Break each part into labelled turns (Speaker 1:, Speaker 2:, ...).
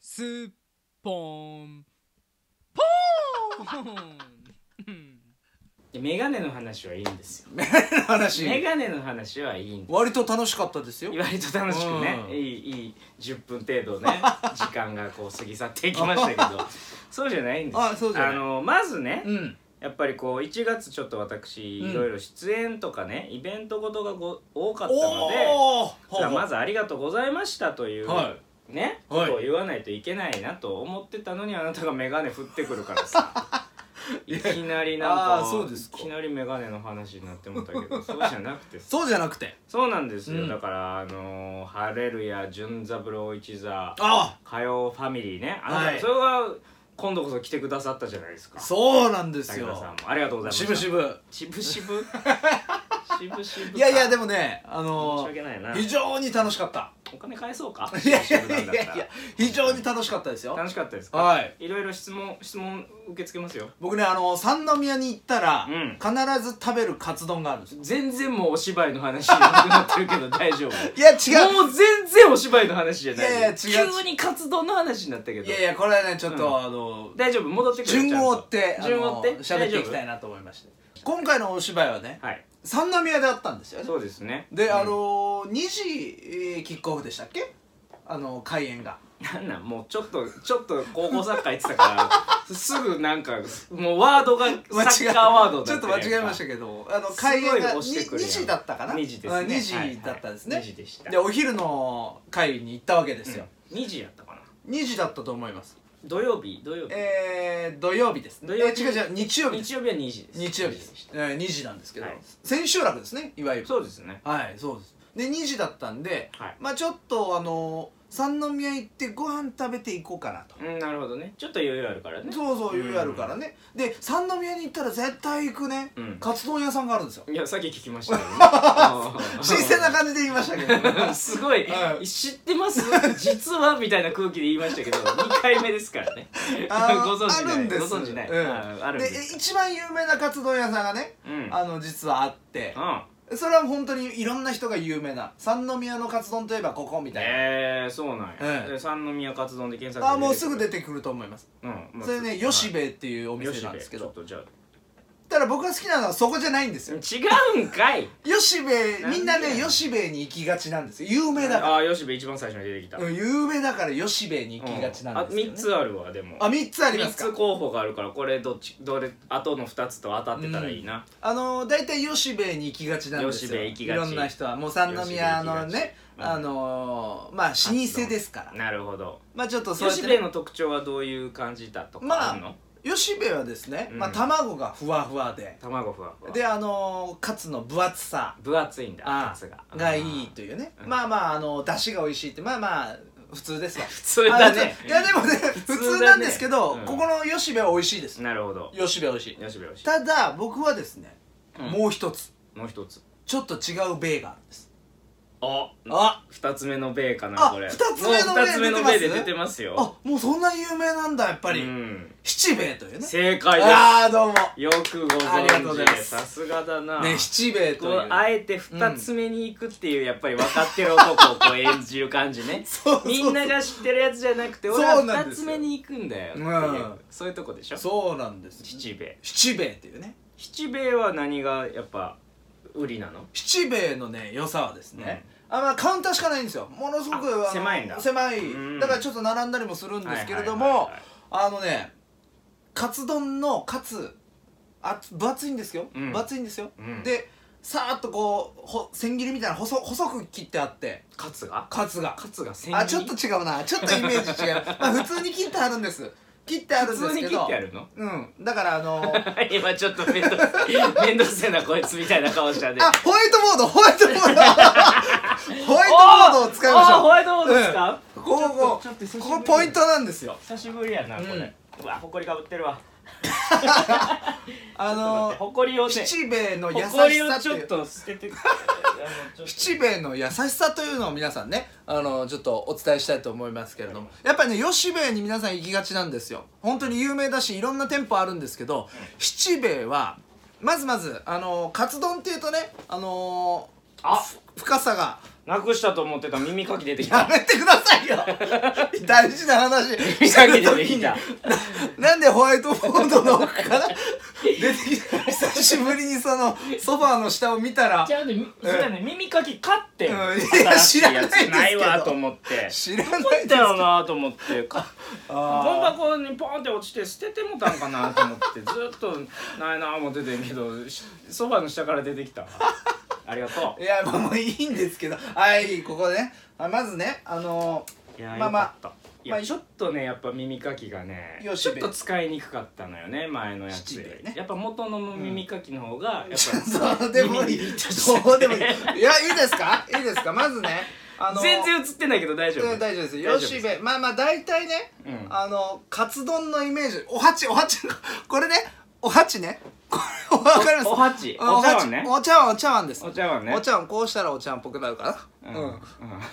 Speaker 1: スッポーンポー ン
Speaker 2: でメガネの話はいいんですよ
Speaker 3: メガネの
Speaker 2: メ
Speaker 3: 話
Speaker 2: ガネの話はいいんで
Speaker 3: 割と楽しかったですよ
Speaker 2: す割と楽しくね、
Speaker 3: うん
Speaker 2: いいいい10分程 度ね時間がこう過ぎ去っていきましたけどそうじゃないんです
Speaker 3: あそうじゃない
Speaker 2: のまずね、
Speaker 3: うん
Speaker 2: やっぱりこう1月ちょっと私
Speaker 3: うん
Speaker 2: いろいろ出演とかね、イベントごとがご多かったので
Speaker 3: おお
Speaker 2: じゃあまずありがとうございましたという、
Speaker 3: は
Speaker 2: ね、
Speaker 3: はい
Speaker 2: ことを言わないといけないなと思ってたのにあなたが眼鏡振ってくるからさ いきなりなん
Speaker 3: あ
Speaker 2: か
Speaker 3: ーそうですか
Speaker 2: いきなり眼鏡の話になってもったけどそうじゃなくて さ
Speaker 3: そうじゃなくて
Speaker 2: そうなんですよ、
Speaker 3: うん
Speaker 2: だからあのーハレルヤ純三郎一座
Speaker 3: あ
Speaker 2: 火曜ファミリーねあなた、
Speaker 3: はい
Speaker 2: それは今度こそ来てくださったじゃないですか
Speaker 3: そうなんです
Speaker 2: 武田さ
Speaker 3: よ
Speaker 2: んもありがとうございま
Speaker 3: し
Speaker 2: し
Speaker 3: ぶ
Speaker 2: た
Speaker 3: しぶ
Speaker 2: しぶ しぶしぶしぶか
Speaker 3: いやいやでもねあ
Speaker 2: 申し
Speaker 3: のー
Speaker 2: 訳ないな
Speaker 3: 非常に楽しかった
Speaker 2: お金返そうか
Speaker 3: いやい
Speaker 2: しぶ
Speaker 3: や
Speaker 2: し
Speaker 3: いやい
Speaker 2: ぶなんだ
Speaker 3: や
Speaker 2: ったら
Speaker 3: 非常に楽しかったですよ
Speaker 2: 楽しかったですか
Speaker 3: はい
Speaker 2: いろいろ質問質問受け付けますよ
Speaker 3: 僕ねあの三宮に行ったら、
Speaker 2: うん
Speaker 3: 必ず食べるカツ丼があるんですよ
Speaker 2: 全然もうお芝居の話じゃなくなって るけど大丈
Speaker 3: い
Speaker 2: 夫
Speaker 3: や違う
Speaker 2: もう全然お芝居の話じゃない
Speaker 3: いやいや違う
Speaker 2: 急に活動の話になったけど
Speaker 3: いやいやこれはねちょっと、
Speaker 2: うん
Speaker 3: あの
Speaker 2: 大丈夫戻ってくる
Speaker 3: 順を追っ
Speaker 2: ちゃん
Speaker 3: て
Speaker 2: と
Speaker 3: あの
Speaker 2: 順を追って
Speaker 3: 喋っていきた
Speaker 2: い
Speaker 3: いなと思いまして今回のお芝居はね
Speaker 2: はい
Speaker 3: 三宮であったんですよね
Speaker 2: そうですね
Speaker 3: で、
Speaker 2: うん
Speaker 3: あのー、2時えーキックオフでしたっけあの開演が
Speaker 2: なんなんもうちょっとちょっと高校サッカー言ってたか らすぐなんかもうワードがサッカーワード
Speaker 3: ちょっと間違えましたけどあの
Speaker 2: 開
Speaker 3: 開演
Speaker 2: 演
Speaker 3: が
Speaker 2: が
Speaker 3: 2,
Speaker 2: 押してくるやん
Speaker 3: 時だったかな
Speaker 2: 2時ですね
Speaker 3: 2時だったんですね、
Speaker 2: はいはい2時でした
Speaker 3: でお昼の会に行ったわけですよ、
Speaker 2: 2時やったかな
Speaker 3: 2時だったと思います
Speaker 2: 土曜日土曜日
Speaker 3: えー、土曜日ですね
Speaker 2: 土曜日
Speaker 3: えー違う違う日曜日です
Speaker 2: 日曜日は2時です
Speaker 3: 日曜日です
Speaker 2: した
Speaker 3: えー2時なんですけど、
Speaker 2: はい
Speaker 3: 千秋楽ですねいわゆる
Speaker 2: そうですね
Speaker 3: はいそうですで2時だったんで、
Speaker 2: はい
Speaker 3: まあちょっとあのー三宮行ってご飯食べていこうかなと
Speaker 2: うんなるほどねちょっと余裕あるからね
Speaker 3: そうそう余裕あるからね、で三宮に行ったら絶対行くね、
Speaker 2: うん
Speaker 3: カツ丼屋さんがあるんですよ
Speaker 2: いやさっき聞きましたけどねあ ー
Speaker 3: 新鮮な感じで言いましたけど
Speaker 2: すごい、
Speaker 3: はい
Speaker 2: 知ってます実はみたいな空気で言いましたけど2回目ですからね ご
Speaker 3: あの
Speaker 2: 存知ない
Speaker 3: あるんです
Speaker 2: ご存知ない、
Speaker 3: うん
Speaker 2: あーあるん
Speaker 3: で
Speaker 2: です
Speaker 3: 一番有名なカツ丼屋さんがね、
Speaker 2: うんうん
Speaker 3: あの実はあってそれは本当にいろんな人が有名な三宮のカツ丼といえばここみたいな、
Speaker 2: えー、そうなんや、
Speaker 3: うん
Speaker 2: で三宮カツ丼で検索
Speaker 3: ああもうすぐ出
Speaker 2: て
Speaker 3: てくると思います
Speaker 2: くる、うんまあ
Speaker 3: それね吉兵衛っていうお
Speaker 2: はい
Speaker 3: 店なんですけ
Speaker 2: よ
Speaker 3: ど
Speaker 2: しべちょっと
Speaker 3: ただ僕が好きなのはそこじゃないんですよ
Speaker 2: じゃあ違うんかい
Speaker 3: 吉兵衛みんな
Speaker 2: なん
Speaker 3: ね
Speaker 2: で
Speaker 3: 吉兵衛に行きがちなんですよ有名だか
Speaker 2: ああよしべ一番最初に出てきた、
Speaker 3: らうん有名だから吉兵衛に行きがちなんですよ、ね
Speaker 2: あ3つあるわでも
Speaker 3: あ3つありま
Speaker 2: 3
Speaker 3: すか
Speaker 2: つ候補があるからこれどっちどれあとの2つと当たってたらいいな、
Speaker 3: あの大体吉兵衛に行きがちなんです
Speaker 2: 吉兵
Speaker 3: よ
Speaker 2: 衛行きがち
Speaker 3: いろんな人はもう三宮のね、
Speaker 2: 吉兵衛行きがち
Speaker 3: あのー、まあ老舗ですから
Speaker 2: なるほど
Speaker 3: まあちょっとそう
Speaker 2: ヨ
Speaker 3: やっ
Speaker 2: シ
Speaker 3: て
Speaker 2: ベ
Speaker 3: ね
Speaker 2: の特徴はどういう感じだとか
Speaker 3: まあ
Speaker 2: あるの、
Speaker 3: 吉兵衛はですね、
Speaker 2: うん
Speaker 3: まあ、卵がふわふわで
Speaker 2: 卵ふわふわ
Speaker 3: であのー、カツの分厚さ
Speaker 2: 分厚いんだ
Speaker 3: あ
Speaker 2: カツが
Speaker 3: がいいというね
Speaker 2: うん
Speaker 3: まあまああの出汁が美味しいってまあまあ普通ですわ
Speaker 2: 普通だね
Speaker 3: あいやで もね
Speaker 2: だね
Speaker 3: 普通なんですけど、
Speaker 2: うん
Speaker 3: ここの吉兵衛は美味しいです
Speaker 2: なるほど
Speaker 3: 吉兵衛美味しい
Speaker 2: ヨシベヨシ
Speaker 3: ただ僕はですね、
Speaker 2: うん
Speaker 3: もう一つ
Speaker 2: もう一つ
Speaker 3: ちょっと違う米があるんです
Speaker 2: あ
Speaker 3: あ
Speaker 2: 二つ目の米かな
Speaker 3: あ
Speaker 2: これ
Speaker 3: 二つ目の米
Speaker 2: もう二つ目の米
Speaker 3: 出て
Speaker 2: で
Speaker 3: ます
Speaker 2: 出てますよ
Speaker 3: あもうそんな有名なんだやっぱり、
Speaker 2: うん
Speaker 3: 七兵衛というね
Speaker 2: 正解で
Speaker 3: ああどうも
Speaker 2: すよくご
Speaker 3: ありがとうござい
Speaker 2: 存
Speaker 3: ま
Speaker 2: 知ですさすがだな
Speaker 3: ね七兵衛と
Speaker 2: こ
Speaker 3: いう
Speaker 2: うあえて二つ目に行くっていうやっぱり分かってる男をこう演じる感じね
Speaker 3: そうそう
Speaker 2: みんなが知ってるやつじゃなくて
Speaker 3: そう
Speaker 2: 俺は
Speaker 3: なん
Speaker 2: 二
Speaker 3: です
Speaker 2: つ
Speaker 3: よ
Speaker 2: 目に行くんだよっていう
Speaker 3: うん
Speaker 2: そういうとこでしょ
Speaker 3: そうなんです
Speaker 2: 七兵衛
Speaker 3: 七兵衛というね
Speaker 2: 七兵衛は何がやっぱ売りなの
Speaker 3: 七兵衛のね良さはですね、あまあ、カウンターしかないんですよものすごく
Speaker 2: あ
Speaker 3: あの
Speaker 2: 狭いんだ
Speaker 3: 狭い
Speaker 2: うん
Speaker 3: だからちょっと並んだりもするんですけれども、
Speaker 2: はいはいはいはい
Speaker 3: あのねカツ丼のカツあ分厚いんですよ、
Speaker 2: うん
Speaker 3: 分厚いんですよ、
Speaker 2: うん
Speaker 3: でさーっとこうほ千切りみたいな細細く切ってあって
Speaker 2: カツが
Speaker 3: カツが
Speaker 2: カツが千切り
Speaker 3: あちょっと違うなちょっとイメージ違う、 まあ、普通に切ってあるんです切ってあるんで
Speaker 2: 普
Speaker 3: す
Speaker 2: 通に
Speaker 3: け
Speaker 2: 切
Speaker 3: ど
Speaker 2: ってあるの
Speaker 3: うんだからあの
Speaker 2: 今ちょっと面倒面倒せえなこいつみたいな顔したね
Speaker 3: あホワイトボードホワイ トボードホワイトボードを使いまし
Speaker 2: あーホ
Speaker 3: ょ
Speaker 2: ワイトボードですか、
Speaker 3: うこここ
Speaker 2: ちょっとちょっと久しぶ
Speaker 3: こ
Speaker 2: り
Speaker 3: こポイントなんですよ
Speaker 2: 久しぶりやなこれ、うわほこりかぶってるわ
Speaker 3: あ
Speaker 2: 待って
Speaker 3: の
Speaker 2: ほこりをね
Speaker 3: 七兵衛の
Speaker 2: ほ
Speaker 3: 優し
Speaker 2: こり
Speaker 3: さ
Speaker 2: を
Speaker 3: って
Speaker 2: ちょ
Speaker 3: い
Speaker 2: っ
Speaker 3: う
Speaker 2: と捨てて
Speaker 3: 七兵衛の優しさというのを皆さんねあのちょっとお伝えしたいと思いますけれどもやっぱりね吉兵衛に皆さん行きがちなんですよ本当に有名だしいろんな店舗あるんですけど七兵衛はまずまずあのカツ丼っていうとねあの
Speaker 2: あ
Speaker 3: 深さが
Speaker 2: なくしたと思ってた耳かき出てき
Speaker 3: や
Speaker 2: た
Speaker 3: めてください よ大事な話
Speaker 2: 耳かき出てきた
Speaker 3: なんでホワイトボードの奥 から出てきた久しぶりにそのソファーの下を見たら
Speaker 2: ちゃうとみそうやね耳かき買ってん
Speaker 3: うんいや
Speaker 2: 新しやつ
Speaker 3: 知らないですけど
Speaker 2: ないわと思って
Speaker 3: 知らない
Speaker 2: どこ行
Speaker 3: で
Speaker 2: っ
Speaker 3: す
Speaker 2: たよなと思 ってゴミ
Speaker 3: あ
Speaker 2: 箱にポンって落ちて捨ててもたんかなと思ってずっとないな思っててんけどしソファの下から出てきたわありがと
Speaker 3: ーいやまあもういいんですけどはいここでねあまずねあの
Speaker 2: ういや
Speaker 3: まあまあ
Speaker 2: よかったい
Speaker 3: まあ
Speaker 2: やちょっとねやっぱ耳かきがね
Speaker 3: よ
Speaker 2: ち
Speaker 3: し
Speaker 2: ょっ
Speaker 3: べ
Speaker 2: と使いにくかったのよね前のやつ
Speaker 3: 七
Speaker 2: より
Speaker 3: 兵衛ね
Speaker 2: やっぱ元の耳かきの方が やっぱ
Speaker 3: どうでもいい
Speaker 2: 耳にちょっと
Speaker 3: どうでもいいいやいいですかいいですかまずねあの
Speaker 2: 全然映ってないけど大丈
Speaker 3: う
Speaker 2: 夫
Speaker 3: ん大丈夫です
Speaker 2: 大丈夫
Speaker 3: よ
Speaker 2: です
Speaker 3: しべまあまあ大体ね、
Speaker 2: うん
Speaker 3: あのカツ丼のイメージおはちおはちこれねおはちねこれわかります
Speaker 2: おおはち
Speaker 3: あ
Speaker 2: お茶碗ね
Speaker 3: お茶碗お茶碗です
Speaker 2: お茶碗ね
Speaker 3: お茶碗こうしたらお茶碗っぽくなるか
Speaker 2: う
Speaker 3: な、
Speaker 2: ん
Speaker 3: うん
Speaker 2: うん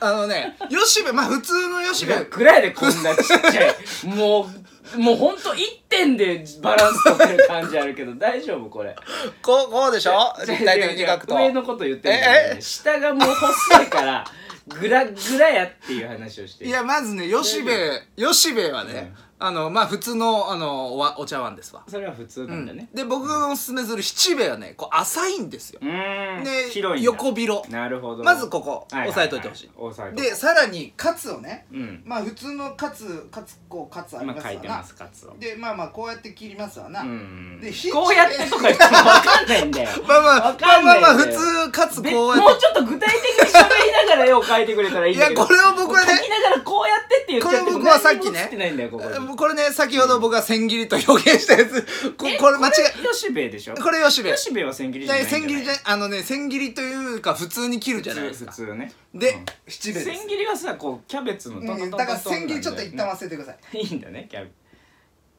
Speaker 3: あのねよしべまあ普通のよしべ
Speaker 2: 暗いでこんなちっちゃいもうもうほんと一点でバランス取ってる感じあるけど大丈 夫これ
Speaker 3: こうこうでしょ立体的に書くと
Speaker 2: 上のこと言ってるんじゃない
Speaker 3: ええ
Speaker 2: 下がもう細いからグラグラやっていう話をしてる
Speaker 3: いやまずねよしべよしべはね、あのまあ普通のあのおわお茶碗ですわ、
Speaker 2: それは普通なんだね
Speaker 3: で僕のおすすめする七べはねこう浅いんですよ
Speaker 2: う、ーん
Speaker 3: で
Speaker 2: 広いんだ
Speaker 3: 横広
Speaker 2: なるほど
Speaker 3: まずここ
Speaker 2: ははは
Speaker 3: 押さえといてほしい
Speaker 2: 押さえと
Speaker 3: でさらにカツをね
Speaker 2: うん
Speaker 3: まあ普通のカツカツこうカツあり
Speaker 2: 今
Speaker 3: ます
Speaker 2: 書
Speaker 3: わ
Speaker 2: いて
Speaker 3: な
Speaker 2: ますカツを
Speaker 3: でまあまあこうやって切りますわな、
Speaker 2: うん
Speaker 3: でひ
Speaker 2: こうやってとか言っても分かんないんだ よ
Speaker 3: まあま
Speaker 2: わ
Speaker 3: あま
Speaker 2: か
Speaker 3: あ
Speaker 2: ん
Speaker 3: ま
Speaker 2: ない
Speaker 3: あ
Speaker 2: ん
Speaker 3: ま
Speaker 2: だ
Speaker 3: あ
Speaker 2: よ
Speaker 3: 普通カツ
Speaker 2: べ
Speaker 3: こ
Speaker 2: も
Speaker 3: う
Speaker 2: う
Speaker 3: やって
Speaker 2: ちょっと具体的に喋りながら絵を描いてくれたらいいんだけど
Speaker 3: いやこれは僕はね
Speaker 2: こう描きながらこうやってって言っちゃっても
Speaker 3: これ僕はさっきね
Speaker 2: 何にも映ってないんだよここに
Speaker 3: えもうこれね先ほど僕が千切りと表現したやつここれ間違
Speaker 2: え吉兵衛でしょ
Speaker 3: いこれよしべ
Speaker 2: 吉兵衛は千切りじゃないんじゃ
Speaker 3: 千
Speaker 2: ない
Speaker 3: 切りじゃあのね千切りというか普通に切るじゃないです
Speaker 2: 普
Speaker 3: か
Speaker 2: 通ね
Speaker 3: で
Speaker 2: うん
Speaker 3: 七べです
Speaker 2: 千切りはさこうキャベツのトント
Speaker 3: う
Speaker 2: ン
Speaker 3: ん
Speaker 2: ト
Speaker 3: だ
Speaker 2: ントン
Speaker 3: から千切りちょっと一旦
Speaker 2: は
Speaker 3: 忘れてください
Speaker 2: いいんだねキャベ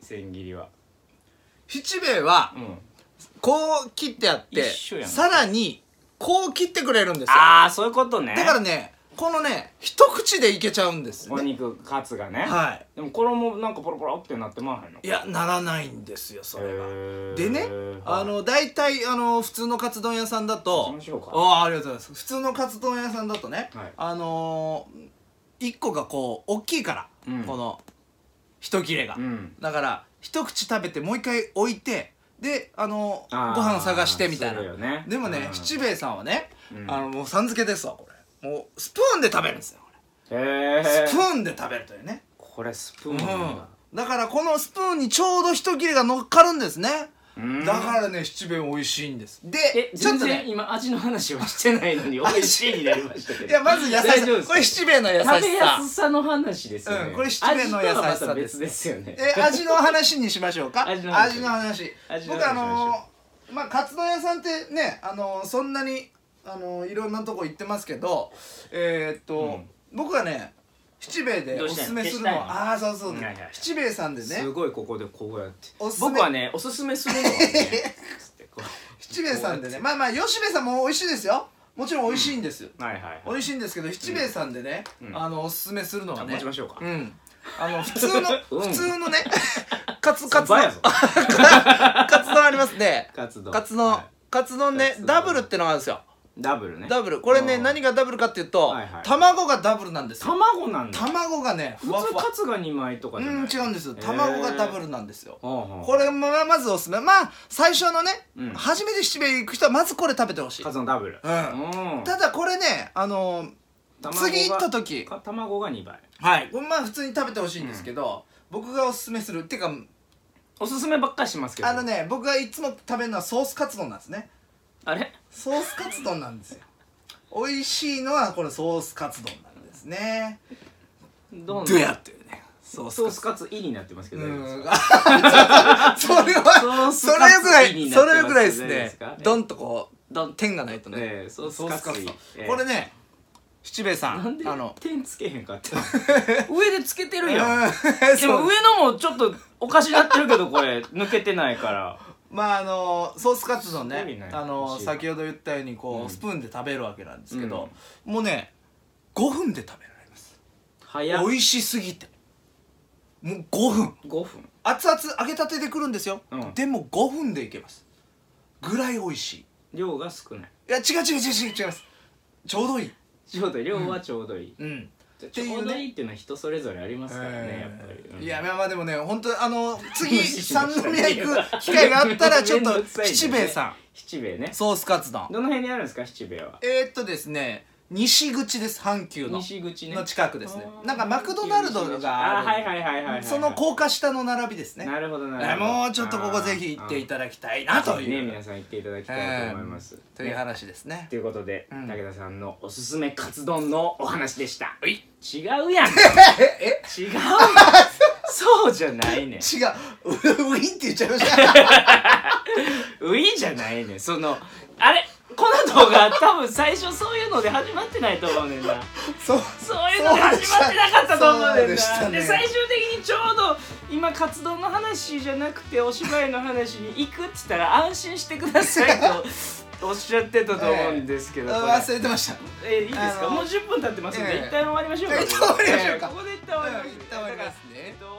Speaker 2: 千切りは
Speaker 3: 七べは
Speaker 2: うん
Speaker 3: こう切ってあって
Speaker 2: 一緒やん
Speaker 3: さらにこう切ってくれるんですよ
Speaker 2: ああそういうことね
Speaker 3: だからねこのね一口でいけちゃうんです
Speaker 2: お
Speaker 3: ね
Speaker 2: 肉カツがね
Speaker 3: は
Speaker 2: でも衣なんかポロポロってなってまわへんの
Speaker 3: いいやならないんですよそれはでねあ
Speaker 2: はい
Speaker 3: の大体あの普通のカツ丼屋さんだ
Speaker 2: 行き
Speaker 3: と
Speaker 2: ましょうか
Speaker 3: あーありがとうございます普通のカツ丼屋さんだとね、
Speaker 2: はい
Speaker 3: あのー一個がこう大きいから、
Speaker 2: うん
Speaker 3: この一切れが、
Speaker 2: うん
Speaker 3: だから一口食べてもう一回置いてであのー
Speaker 2: あー
Speaker 3: ご飯探してみたいな
Speaker 2: そうだよね
Speaker 3: でもね、
Speaker 2: うん
Speaker 3: 七兵衛さんはね、
Speaker 2: うん
Speaker 3: あのもうさん付けですわこれもうスプーンで食べるんですよこれ
Speaker 2: へ
Speaker 3: スプ
Speaker 2: ー
Speaker 3: ーンで食べるというね
Speaker 2: これスプー
Speaker 3: う
Speaker 2: ン
Speaker 3: ん
Speaker 2: なんだ
Speaker 3: だからこのスプーンにちょうど一切れが乗っかるんですね
Speaker 2: うん
Speaker 3: だからね七兵衛美味しいんです
Speaker 2: え
Speaker 3: でちょ
Speaker 2: 全
Speaker 3: っとね
Speaker 2: 然今味の話はしてないのに美味しいになりましたけど
Speaker 3: いやまず野
Speaker 2: 大
Speaker 3: 菜
Speaker 2: 丈夫です
Speaker 3: これ七兵衛の優し
Speaker 2: 食べや
Speaker 3: さ
Speaker 2: すさの話ですよね、
Speaker 3: うんこれ七味の優しさです
Speaker 2: 味とはまた別ですよね
Speaker 3: え味の話にしましょうか
Speaker 2: 味
Speaker 3: 味
Speaker 2: の
Speaker 3: の
Speaker 2: 話
Speaker 3: 話
Speaker 2: 味の話
Speaker 3: 僕あのーまあカツ丼屋さんってねあのーそんなにあのーいろんなとこ行ってますけどえーっと、僕はね七兵衛で
Speaker 2: どう
Speaker 3: お
Speaker 2: した
Speaker 3: す
Speaker 2: いの
Speaker 3: すめするの
Speaker 2: 消したいの
Speaker 3: はああーそうそう、
Speaker 2: はいはいはい
Speaker 3: 七兵衛さんですね
Speaker 2: ごいここでこうやって
Speaker 3: おすすめ
Speaker 2: 僕はねおすすめするのは ねつってこう
Speaker 3: 七兵衛さんでねまあまあ吉兵衛さんも美味しいですよもちろん美味しいんですよ、
Speaker 2: はいはいはい
Speaker 3: 美味しいんですけど七兵衛さんでね、
Speaker 2: うん
Speaker 3: あのおすすめするのは
Speaker 2: あ
Speaker 3: ね
Speaker 2: 持ちましょうか
Speaker 3: んあの普通の、
Speaker 2: うん
Speaker 3: 普通のね カツカ
Speaker 2: カ
Speaker 3: ツ
Speaker 2: ツ
Speaker 3: の
Speaker 2: やぞ
Speaker 3: カツ丼ありますね
Speaker 2: カツ丼
Speaker 3: カツ丼、
Speaker 2: はい
Speaker 3: カツ丼
Speaker 2: カ
Speaker 3: ね
Speaker 2: ツ丼
Speaker 3: ダブルってのがあるんですよ
Speaker 2: ダブルね
Speaker 3: ダブルこれね
Speaker 2: うん
Speaker 3: 何がダブルかっていうと、
Speaker 2: はいはい
Speaker 3: 卵がダブルなんですよ
Speaker 2: 卵なんだ
Speaker 3: 卵がねふわ
Speaker 2: 普
Speaker 3: ふ
Speaker 2: 通
Speaker 3: わ
Speaker 2: カツが2枚とか
Speaker 3: う
Speaker 2: じゃ
Speaker 3: ん
Speaker 2: ない
Speaker 3: 違うんですよ卵がダブルなんですよこ
Speaker 2: こ
Speaker 3: れもまあまずおすすめまあ最初のね、
Speaker 2: うん
Speaker 3: 初めて七兵衛行く人はまずこれ食べてほしい
Speaker 2: カツのダブル
Speaker 3: うん
Speaker 2: うん
Speaker 3: ただこれねあのー
Speaker 2: 卵が
Speaker 3: 次行った時
Speaker 2: か卵が2倍
Speaker 3: はいこれまあ普通に食べてほしいんですけど、僕がおすすめするっていうか
Speaker 2: おすすめばっかりしますけど
Speaker 3: あのね僕がいつも食べるのはソースカツ丼なんですね
Speaker 2: あれ
Speaker 3: ソースカツ丼なんです よ美味しいのはこれソースカツ丼なんですね
Speaker 2: どん
Speaker 3: どうやってねソー
Speaker 2: ソースカツイになってますけど
Speaker 3: う
Speaker 2: 大丈夫です
Speaker 3: ん
Speaker 2: か
Speaker 3: それ
Speaker 2: ソ
Speaker 3: は
Speaker 2: ース
Speaker 3: それよくな
Speaker 2: カツに
Speaker 3: い
Speaker 2: な
Speaker 3: そ
Speaker 2: ってます
Speaker 3: れよくないです
Speaker 2: 大丈夫で
Speaker 3: ね
Speaker 2: すか
Speaker 3: ドンとこう
Speaker 2: どん
Speaker 3: 点がないとね、
Speaker 2: ええソース
Speaker 3: ソー
Speaker 2: カ
Speaker 3: スカ
Speaker 2: ツ
Speaker 3: ツ
Speaker 2: イ
Speaker 3: 丼、
Speaker 2: ええ
Speaker 3: これね七兵衛さん
Speaker 2: なんで
Speaker 3: あの
Speaker 2: 点つけへんかって 上でつけてるやん
Speaker 3: うん
Speaker 2: で
Speaker 3: そ
Speaker 2: も
Speaker 3: う
Speaker 2: 上のもちょっとおかしなってるけどこ れ抜けてないから
Speaker 3: まああのソースカツ丼
Speaker 2: すごい
Speaker 3: ね
Speaker 2: ね
Speaker 3: あの
Speaker 2: 欲しいわ
Speaker 3: 先ほど言ったようにこう、
Speaker 2: うん
Speaker 3: スプーンで食べるわけなんですけど、もうね5分で食べられます
Speaker 2: 早
Speaker 3: 美味しすぎてもう5分
Speaker 2: 5分
Speaker 3: 熱々揚げたてで来るんですよ、
Speaker 2: うん
Speaker 3: でも5分でいけますぐらい美味しい
Speaker 2: 量が少ない
Speaker 3: いや違う違う違う違う違いますちょうどいい
Speaker 2: ちょうど量はちょうどいい、
Speaker 3: うん
Speaker 2: で
Speaker 3: ていう
Speaker 2: ち
Speaker 3: ね
Speaker 2: ょうどいいっていうのは人それぞれありますからね、
Speaker 3: え
Speaker 2: やっぱり、うん
Speaker 3: ーいやまあまあでもね本当あ の次
Speaker 2: 無視しま
Speaker 3: 三
Speaker 2: した
Speaker 3: 宮行く機会があったらちょっ
Speaker 2: めん
Speaker 3: と
Speaker 2: どくさいんでね
Speaker 3: 七兵衛さ
Speaker 2: 七兵衛ね
Speaker 3: んソースカツ丼
Speaker 2: どの辺にあるんですか七兵衛は
Speaker 3: えー、っとですね西口です阪急の
Speaker 2: 西口ね
Speaker 3: の近くですね
Speaker 2: あー
Speaker 3: なんかマクドナルドがあ
Speaker 2: あー
Speaker 3: る
Speaker 2: はいはいはいはいはい
Speaker 3: その高架下の並びですね
Speaker 2: なるほどな
Speaker 3: え
Speaker 2: るほど
Speaker 3: もうちょっとここぜひ行ってい
Speaker 2: だ
Speaker 3: ただきたいなとい
Speaker 2: ね
Speaker 3: う、
Speaker 2: 皆さん行っていただきたいと思います、
Speaker 3: という
Speaker 2: ね
Speaker 3: 話ですね
Speaker 2: ということで、
Speaker 3: うん
Speaker 2: 武田さんのおすすめカツ丼のお話でした違 うやん違うやんそうじゃな いねん
Speaker 3: 違うウィンって言っちゃいました
Speaker 2: ウィじゃないねんそのあれこの動画多分最初そういうので始まってないと思うねんな
Speaker 3: そう
Speaker 2: そういうのが始まってなかったと思うねん
Speaker 3: そう
Speaker 2: な
Speaker 3: でした
Speaker 2: で,、
Speaker 3: ね
Speaker 2: 最終的にちょうど今活動の話じゃなくてお芝居の話に行くって言ったら安心してくださいとおっしゃってたと思うんで すけど、これ
Speaker 3: 忘れてました
Speaker 2: えーいいです
Speaker 3: あ
Speaker 2: か
Speaker 3: の
Speaker 2: もう10分経ってますんで、
Speaker 3: ええ
Speaker 2: 一旦終わりましょうか、
Speaker 3: 一旦終わりましょうか
Speaker 2: えーここで一旦終わります、
Speaker 3: うん一旦終わりますね
Speaker 2: えっと